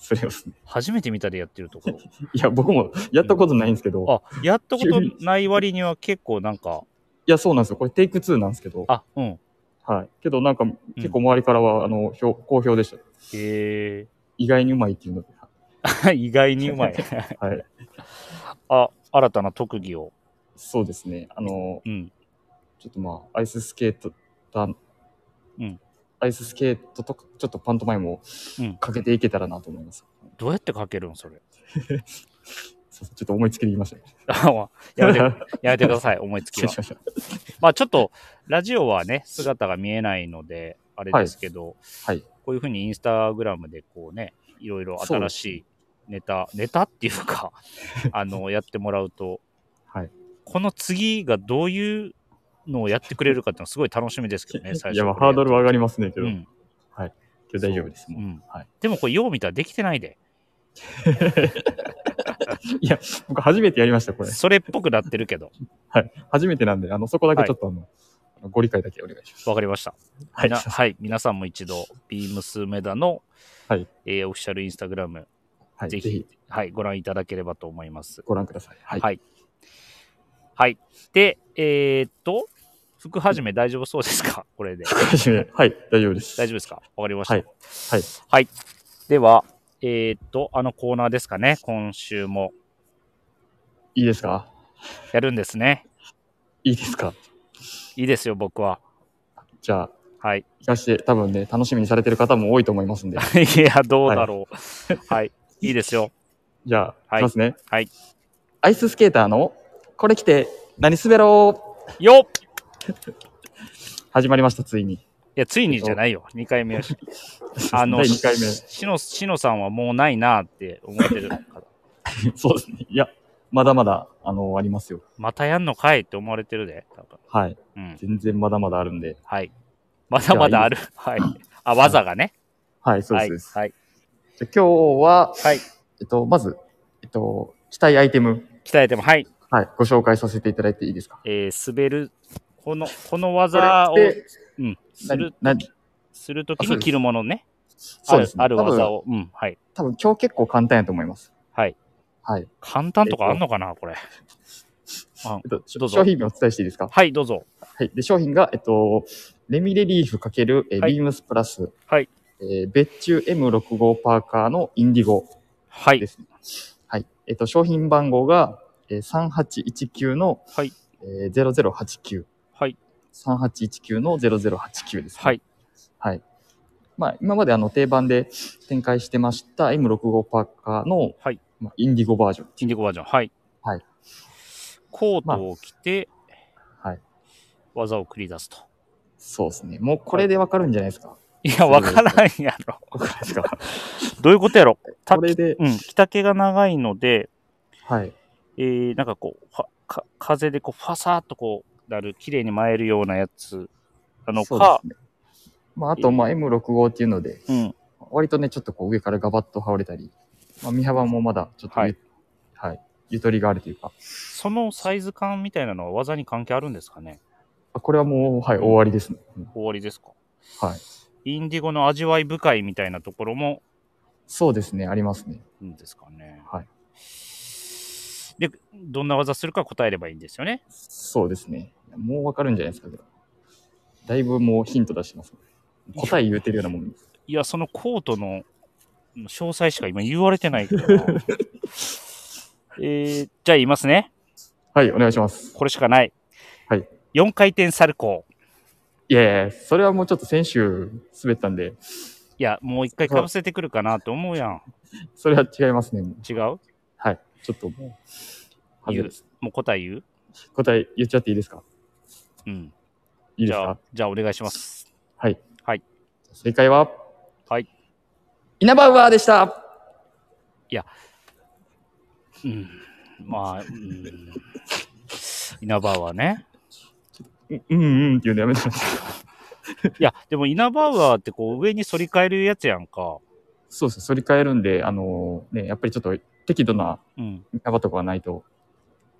Speaker 2: それをですね。
Speaker 1: 初めて見たでやってるところ。
Speaker 2: いや、僕もやったことないんですけど、
Speaker 1: あ、やったことない割には結構なんか、
Speaker 2: いや、そうなんですよ。これテイク2なんですけど、
Speaker 1: あ、うん。
Speaker 2: はい。けどなんか結構周りからは、あの、評好評でした。
Speaker 1: え
Speaker 2: 意外にうまいっ ていうので、
Speaker 1: ー、 意外にうまい。
Speaker 2: はい。
Speaker 1: あ、新たな特技を。
Speaker 2: そうですね。あの、
Speaker 1: うん。
Speaker 2: ちょっとまあ、アイススケートだ、
Speaker 1: うん
Speaker 2: アイススケートとか、ちょっとパントマイムを
Speaker 1: うん
Speaker 2: かけていけたらなと思います。
Speaker 1: どうやってかけるんそれ。
Speaker 2: そうそうちょっと思いつきで言いましたね。
Speaker 1: あやめて、やめてください、思いつき
Speaker 2: 失礼
Speaker 1: は
Speaker 2: し。ました。
Speaker 1: まあちょっと、ラジオはね、姿が見えないので、あれですけど、
Speaker 2: はいはい
Speaker 1: こういうふうにインスタグラムでこうね、いろいろ新しいネタ、ネタっていう か、あの、やってもらうと、
Speaker 2: はい
Speaker 1: この次がどういうのをやってくれるかっていうのはすごい楽しみですけどね、最初。
Speaker 2: いや、まあ、ハードルは上がりますね、けど、
Speaker 1: う
Speaker 2: 今
Speaker 1: ん、
Speaker 2: 日大丈夫です。
Speaker 1: う
Speaker 2: もうんはい
Speaker 1: でもこれ、よう見たらできてないで。
Speaker 2: 僕、初めてやりました、これ。
Speaker 1: それっぽくなってるけど、
Speaker 2: はい。初めてなんで、あの、そこだけちょっと、あの、ご理解だけお願いします。
Speaker 1: わかりました。
Speaker 2: はい。
Speaker 1: なはい、皆さんも一度、ビームス梅田の、
Speaker 2: はい
Speaker 1: えーオフィシャルインスタグラム、
Speaker 2: はい、
Speaker 1: ぜ
Speaker 2: ぜ
Speaker 1: ひ
Speaker 2: ひ、
Speaker 1: はい、ご覧いただければと思います。
Speaker 2: ご覧ください。はい。
Speaker 1: はい。はい。で、えーっと、服始め大丈夫そうですか これで。
Speaker 2: 初めはい、 大丈夫です。
Speaker 1: 大丈夫ですかわかりました。
Speaker 2: はいはい
Speaker 1: はいでは、えーっと、あのコーナーですかね。今週も
Speaker 2: いいですか
Speaker 1: やるんですね。
Speaker 2: いいですか
Speaker 1: いいですよ、僕は。
Speaker 2: じゃあ、
Speaker 1: はい。
Speaker 2: 聞かして、多分ね、楽しみにされてる方も多いと思いますんで。
Speaker 1: いや、どうだろう。はい。いいですよ。
Speaker 2: じゃあ、
Speaker 1: はい
Speaker 2: い、きますね。
Speaker 1: はい。
Speaker 2: アイススケーターの、これ来て、何滑ろう
Speaker 1: よっ
Speaker 2: 始まりました、ついに。
Speaker 1: いや、ついにじゃないよ。2回目やし。あ
Speaker 2: あ
Speaker 1: の、
Speaker 2: の、第2回目。
Speaker 1: しの、しのさんはもうないなって思って る方。
Speaker 2: そうですね。いや、まだまだ、あの、ありますよ。
Speaker 1: またやんのかいって思われてるで。多分
Speaker 2: はい。
Speaker 1: うん。
Speaker 2: 全然まだまだあるんで。
Speaker 1: はい。まだまだある。はい。あ、技がね。
Speaker 2: はい、そう
Speaker 1: は
Speaker 2: で
Speaker 1: い
Speaker 2: す。そうです。
Speaker 1: はい。
Speaker 2: じゃあ今日は、
Speaker 1: はい。
Speaker 2: えっと、まず、えっと、期待アイテム、
Speaker 1: 鍛えても、はい。
Speaker 2: はい、ご紹介させていただいていいですか。
Speaker 1: えー、滑る。この、この
Speaker 2: これ
Speaker 1: 技を、
Speaker 2: で
Speaker 1: うん。す
Speaker 2: 何
Speaker 1: る、
Speaker 2: 何
Speaker 1: するとき
Speaker 2: あそ
Speaker 1: に
Speaker 2: うです
Speaker 1: 着るものね。
Speaker 2: そうですね。
Speaker 1: ある、ある技
Speaker 2: を。
Speaker 1: を。うん。はい。
Speaker 2: 多分今日結構簡単やと思います。
Speaker 1: はい。
Speaker 2: はい。
Speaker 1: 簡単とかあんのかな、これ。あ
Speaker 2: えっと、
Speaker 1: どうぞ
Speaker 2: 商品名お伝えしていいですか。
Speaker 1: はい、どうぞ。
Speaker 2: はい。で、商品が、えっと、レミレリーフ×、えー
Speaker 1: はい
Speaker 2: ビームスプラス、
Speaker 1: はい。
Speaker 2: えー、別注 M65 パーカーのインディゴ
Speaker 1: は
Speaker 2: で
Speaker 1: い。
Speaker 2: すね。はい。えっと、商品番号が、えー、3819の、
Speaker 1: はい。
Speaker 2: えー、0089。
Speaker 1: はい。
Speaker 2: 3819の0089です、ね。
Speaker 1: はい。
Speaker 2: はい。まあ、今まであの定番で展開してました M65 パーカーの、
Speaker 1: はい
Speaker 2: まあ、インディゴバージョン。
Speaker 1: インディゴバージョン。はい。
Speaker 2: はい。
Speaker 1: コートを着て、
Speaker 2: はい。
Speaker 1: 技を繰り出すと。
Speaker 2: そうですね。もうこれでわかるんじゃないですか。
Speaker 1: いや、わからんやろ。
Speaker 2: わかるんですか。
Speaker 1: どういうことやろ。た
Speaker 2: これで、
Speaker 1: うん。着丈が長いので、
Speaker 2: はい。
Speaker 1: えー、なんかこう、ファか風でこう、ファサーっとこう、なる、綺麗に舞えるようなやつなの
Speaker 2: そうで
Speaker 1: か、
Speaker 2: すね。まあ、あと、まあ、M65 っていうので、
Speaker 1: うん。
Speaker 2: 割とね、ちょっとこう上からガバッと羽織れたり、まあ、身幅もまだちょっとゆ、
Speaker 1: は
Speaker 2: はいい、ゆとりがあるというか、
Speaker 1: そのサイズ感みたいなのは技に関係あるんですかね
Speaker 2: あこれはもう、はい、終わりですね。うん
Speaker 1: 終わりですか
Speaker 2: はい。
Speaker 1: インディゴの味わい深いみたいなところも
Speaker 2: そうですね、ありますね。
Speaker 1: んですかね。
Speaker 2: はい。
Speaker 1: で、どんな技するか答えればいいんですよね。
Speaker 2: そうですね。もうわかるんじゃないですか、けど。だいぶもうヒント出してます、答え言うてるようなもんです。
Speaker 1: いや、そのコートの詳細しか今言われてないけど な。えー、じゃあ言いますね。
Speaker 2: はい、お願いします。
Speaker 1: これしかない。
Speaker 2: はい。
Speaker 1: 4回転サルコー。
Speaker 2: いやいや、それはもうちょっと先週滑ったんで、
Speaker 1: いや、もう一回かぶせてくるかなって思うやん。
Speaker 2: それは違いますね、もう
Speaker 1: 違う
Speaker 2: はい。ちょっともう、外れです。
Speaker 1: もう答え言う
Speaker 2: 答え言っちゃっていいですか
Speaker 1: うん。
Speaker 2: いい
Speaker 1: じ
Speaker 2: です
Speaker 1: ゃあ
Speaker 2: か、
Speaker 1: じゃあお願いします。
Speaker 2: はい。
Speaker 1: はい。
Speaker 2: 正解は
Speaker 1: はい。
Speaker 2: イナバウアーでした
Speaker 1: うん。まあ、うん。稲葉はね。
Speaker 2: ううんうんっていうのやめてました。
Speaker 1: いや、でもイナバウアーってこう上に反り返るやつやんか。
Speaker 2: そうです。反り返るんで、あのね、やっぱりちょっと適度な
Speaker 1: うん。
Speaker 2: イナバとかがないと、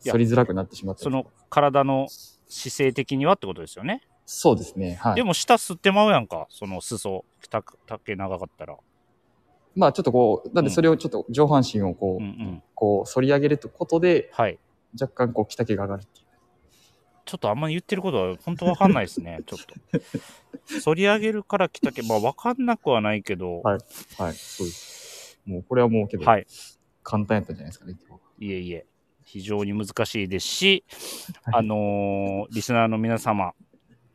Speaker 1: いや
Speaker 2: 反りづらくなってしまったり
Speaker 1: その体の姿勢的にはってことですよね。
Speaker 2: そうですね。はい。
Speaker 1: でも下吸ってまうやんか。その裾、た丈長かったら。
Speaker 2: まあちょっとこう、なんでそれをちょっと上半身をこ
Speaker 1: う
Speaker 2: う、
Speaker 1: んうん。
Speaker 2: こう反り上げることで、
Speaker 1: はい。
Speaker 2: 若干こう、着丈が上がるっていう。
Speaker 1: ちょっとあんまり言ってることは本当わかんないですね。ちょっと。反り上げるから来たけ、まあわかんなくはないけど。
Speaker 2: ははい。そうです。もうこれはもうけど、
Speaker 1: はい。
Speaker 2: 簡単やったんじゃないですかね。今日
Speaker 1: いえいえ。非常に難しいですし、
Speaker 2: はい
Speaker 1: あのーリスナーの皆様、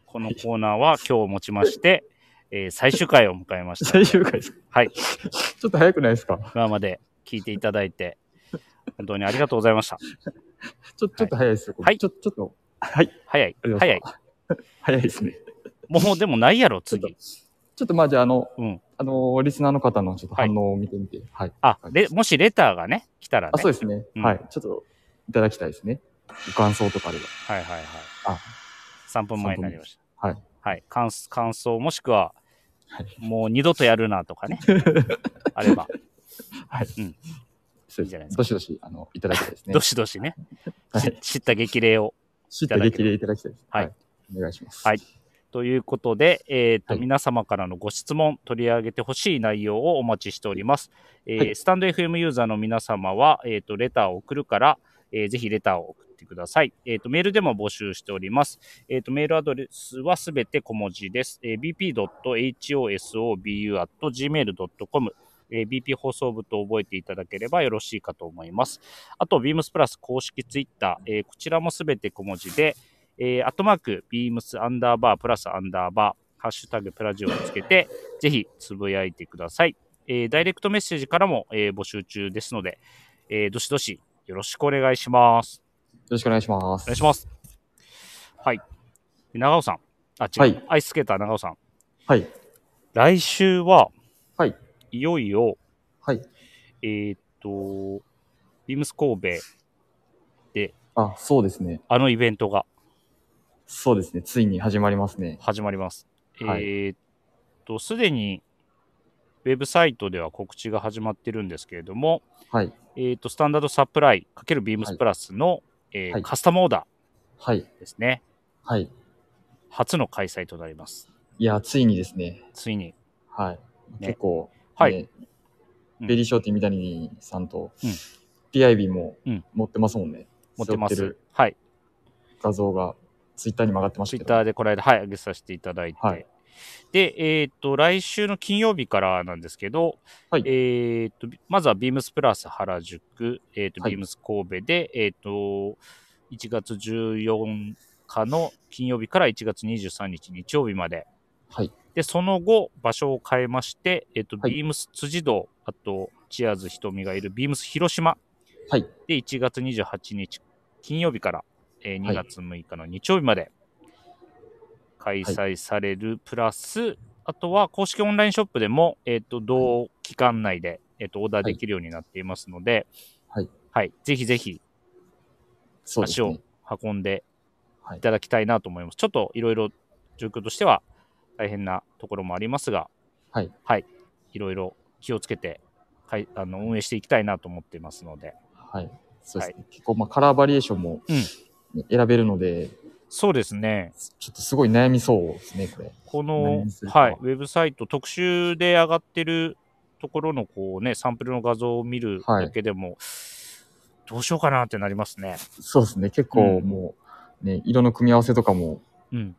Speaker 1: このコーナーは今日をもちまして、えー最終回を迎えました。
Speaker 2: 最終回ですか
Speaker 1: はい。
Speaker 2: ちょっと早くないです か
Speaker 1: 今まで聞いていただいて、本当にありがとうございました。
Speaker 2: ちょちょっと早いですよ。これ
Speaker 1: はい
Speaker 2: ちょ、ちょっと、はい。
Speaker 1: 早い
Speaker 2: ありがとうござ
Speaker 1: 早
Speaker 2: い
Speaker 1: い。
Speaker 2: ます早いですね。
Speaker 1: もうでもないやろ、
Speaker 2: ちょっと
Speaker 1: 次。
Speaker 2: ちょっとまあじゃあ、あの、
Speaker 1: うん
Speaker 2: あのーリスナーの方のちょっと反応を見てみて。はい。
Speaker 1: あ、で、もしレターがね、来たらね。
Speaker 2: あ、そうですね。
Speaker 1: うん
Speaker 2: はい。ちょっと、いただきたいですね。ご感想とかあれば。
Speaker 1: はいはいはい。
Speaker 2: あ
Speaker 1: 3分前になりました。
Speaker 2: 三分。
Speaker 1: はい。感想感想、もしくは、
Speaker 2: はい
Speaker 1: もう二度とやるなとか ね。あれば、
Speaker 2: はい。
Speaker 1: うん
Speaker 2: そう
Speaker 1: いいじゃないですか
Speaker 2: どしどし、あの、いただきたいですね
Speaker 1: ど。しどしね、
Speaker 2: は
Speaker 1: し
Speaker 2: い。
Speaker 1: 知った激励を。
Speaker 2: 知った激励いただきたいです。
Speaker 1: はい。
Speaker 2: お願いします。
Speaker 1: はいということで、えっと、
Speaker 2: はい
Speaker 1: 皆様からのご質問、取り上げてほしい内容をお待ちしております。えー
Speaker 2: はい
Speaker 1: スタンド FM ユーザーの皆様は、えっ、と、レターを送るから、えーぜひレターを送ってください。えっ、と、メールでも募集しております。えっ、と、メールアドレスはすべて小文字です。えー bp.hosobu.gmail.com。えー BP 放送部と覚えていただければよろしいかと思います。あと、beams プラス公式ツイッター、えーこちらもすべて小文字で、えー、アットマーク、ビームスアンダーバー、プラスアンダーバー、ハッシュタグ、プラジオをつけて、ぜひつぶやいてください。えーダイレクトメッセージからも、えー募集中ですので、えーどしどしよろしくお願いします。
Speaker 2: よろしくお願いします。
Speaker 1: お願いします。はい。長尾さん。あ、違う。
Speaker 2: はい
Speaker 1: アイススケーター長尾さん。
Speaker 2: はい。
Speaker 1: 来週は、
Speaker 2: はい。
Speaker 1: いよいよ、
Speaker 2: はい。
Speaker 1: えーっと、ビームス神戸、
Speaker 2: あ、そうですね。
Speaker 1: あのイベントが
Speaker 2: そうですね。ついに始まりますね。
Speaker 1: 始まります。
Speaker 2: はい
Speaker 1: えーっと、すでにウェブサイトでは告知が始まってるんですけれども、
Speaker 2: はい。
Speaker 1: えーっと、スタンダードサプライ×ビームスプラスの、えー
Speaker 2: はい
Speaker 1: カスタムオーダ
Speaker 2: はい。
Speaker 1: ーですね。
Speaker 2: はい。
Speaker 1: 初の開催となります。
Speaker 2: いや、ついにですね。
Speaker 1: ついに。
Speaker 2: はい。
Speaker 1: ね
Speaker 2: 結構、
Speaker 1: はい
Speaker 2: ね
Speaker 1: うん
Speaker 2: ベリーショーティー三谷さんと、
Speaker 1: うん
Speaker 2: PIB も
Speaker 1: うん
Speaker 2: 持ってますもんね。
Speaker 1: 持ってま
Speaker 2: 背負
Speaker 1: す
Speaker 2: る。
Speaker 1: はい。
Speaker 2: 画像が、ツイッターにも上がってまし
Speaker 1: ツ
Speaker 2: た
Speaker 1: イッ
Speaker 2: けど。
Speaker 1: ターでこの間、はい、上げさせていただいて。
Speaker 2: はい
Speaker 1: で、えーっと、来週の金曜日からなんですけど、
Speaker 2: はい
Speaker 1: えーっと、まずはビームスプラス原宿、えーっと、
Speaker 2: はい
Speaker 1: ビームス神戸で、えーっと、1月14日の金曜日から1月23日日曜日まで。
Speaker 2: はい。
Speaker 1: で、その後、場所を変えまして、えーっと、
Speaker 2: はい
Speaker 1: ビームス辻堂、あと、チアーズ瞳がいるビームス広島
Speaker 2: はい。
Speaker 1: で、1月28日金曜日から、えー2
Speaker 2: はい
Speaker 1: 月6日の日曜日まで開催される、プラス、あとは公式オンラインショップでも、えっ、と、同期間内で、えっ、と、オーダーできるようになっていますので、
Speaker 2: はい。
Speaker 1: はい、ぜひぜひ
Speaker 2: そうです
Speaker 1: 足を
Speaker 2: ね。
Speaker 1: 運んで
Speaker 2: はい
Speaker 1: いただきたいなと思います。ちょっといろいろ状況としては大変なところもありますが、
Speaker 2: はい。
Speaker 1: はい、いろいろ気をつけて、はい、あの、運営していきたいなと思っていますので、
Speaker 2: はい。そうですね。結構、まあ、カラーバリエーションも、
Speaker 1: うん
Speaker 2: ね選べるので、
Speaker 1: そうですね。
Speaker 2: ちょっとすごい悩みそうですね、これ。
Speaker 1: この
Speaker 2: 何にす、るか
Speaker 1: はい、ウェブサイト、特集で上がってるところのこうね、サンプルの画像を見る
Speaker 2: はい
Speaker 1: だけでも、どうしようかなってなりますね。
Speaker 2: そうですね。結構
Speaker 1: うん
Speaker 2: もう、ね、色の組み合わせとかも
Speaker 1: うん。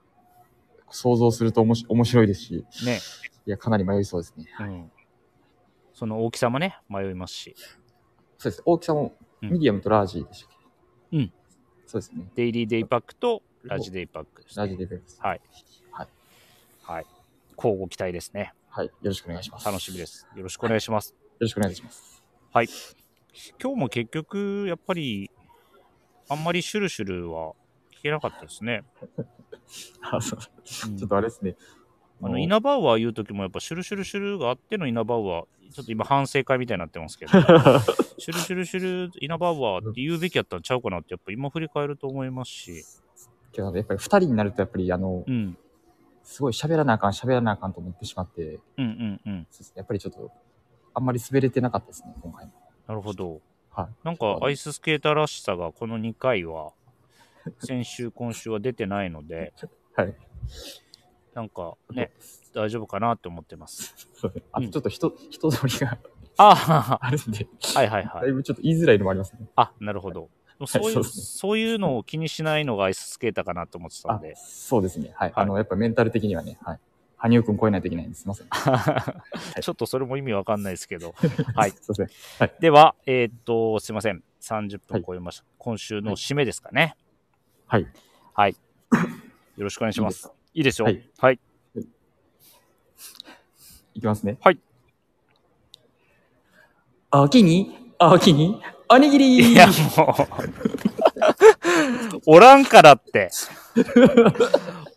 Speaker 2: 想像するとおもし面白いですし、
Speaker 1: ね。
Speaker 2: いや、かなり迷いそうですね。
Speaker 1: うん。その大きさもね、迷いますし。
Speaker 2: そうです。大きさも、
Speaker 1: うん
Speaker 2: ミディアムとラージでしたっけ
Speaker 1: うん。
Speaker 2: そうですね。
Speaker 1: デイリーデイパックとラジデイパックです、ね。
Speaker 2: ラージでベルです。
Speaker 1: はい。
Speaker 2: はい。
Speaker 1: はい。交互期待ですね。
Speaker 2: はい。よろしくお願いします。
Speaker 1: 楽しみです。よろしくお願いします。
Speaker 2: よろしくお願いします。
Speaker 1: 今日も結局、やっぱり、あんまりシュルシュルは聞けなかったですね。
Speaker 2: あそう
Speaker 1: うん
Speaker 2: ちょっとあれですね。
Speaker 1: あ
Speaker 2: も
Speaker 1: の
Speaker 2: う
Speaker 1: イナバウアー言う時もやっぱシュルシュルシュルがあってのイナバウアーちょっと今反省会みたいになってますけ どシュルシュルシュルイナバウアーって言うべきやったんちゃうかなってやっぱ今振り返ると思いますし
Speaker 2: けどやっぱり2人になるとやっぱりあの、
Speaker 1: うん
Speaker 2: すごい喋らなあかん喋らなあかんと思ってしまって
Speaker 1: うんうんうん
Speaker 2: そうですねやっぱりちょっとあんまり滑れてなかったですね今回も
Speaker 1: なるほど
Speaker 2: はい
Speaker 1: なんかアイススケーターらしさがこの2回は先週今週は出てないの で
Speaker 2: はい
Speaker 1: なんかね大丈夫かなって思って ます
Speaker 2: そうですねあとちょっと人、人通りが
Speaker 1: あ
Speaker 2: あるんで
Speaker 1: あはいはいは
Speaker 2: だ
Speaker 1: い
Speaker 2: いぶちょっと言いづらいのもありますね
Speaker 1: あなるほどでもそうい
Speaker 2: そう
Speaker 1: う
Speaker 2: ですね
Speaker 1: そういうのを気にしないのがアイススケーターかなと思ってた
Speaker 2: あ
Speaker 1: んで
Speaker 2: そうですね
Speaker 1: は
Speaker 2: はい、
Speaker 1: い
Speaker 2: あのやっぱメンタル的にはねはい羽生くん超えないといけないんです。すいません。
Speaker 1: ちょっとそれも意味わかんないですけど。はい。
Speaker 2: すいません。
Speaker 1: では、えーっと、すいません。30
Speaker 2: は
Speaker 1: 分
Speaker 2: い
Speaker 1: 超えました。今週の締めですかね。
Speaker 2: はい。
Speaker 1: はい。よろしくお願いします。い
Speaker 2: い
Speaker 1: いですよ。は
Speaker 2: はいい。
Speaker 1: はい。
Speaker 2: いきますね。
Speaker 1: はい。
Speaker 2: おきに、おきに、おにぎり
Speaker 1: いや、も う。おらんからって。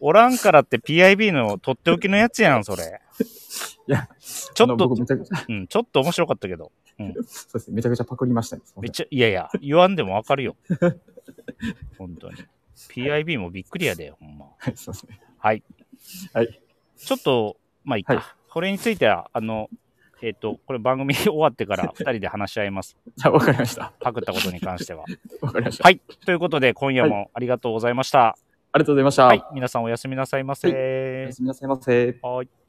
Speaker 1: おらんからって PIB のとっておきのやつやん、それ。
Speaker 2: いや
Speaker 1: ちょ
Speaker 2: あの
Speaker 1: っと
Speaker 2: 僕、めちゃ くちゃ、
Speaker 1: うん、ちょっと面白かったけど。
Speaker 2: そうですね。めちゃくちゃパクりましたね。すいませ
Speaker 1: めっ
Speaker 2: ん
Speaker 1: ちゃ、いやいや、言わんでもわかるよ。本当に。PIB もびっくりやで、ほんま。
Speaker 2: はいすいません。
Speaker 1: はい。
Speaker 2: はい。
Speaker 1: ちょっと、まあ、いいか、
Speaker 2: はい
Speaker 1: これについては、あの、えっ、と、これ番組 終わってから2人で話し合います。
Speaker 2: じゃあ、わかりました。
Speaker 1: パクったことに関しては。
Speaker 2: わかりました。
Speaker 1: はい。ということで、今夜もありがとうございました。
Speaker 2: ありがとうございました。
Speaker 1: はい。皆さんおやすみなさいませ。
Speaker 2: おやすみなさいませ。
Speaker 1: はい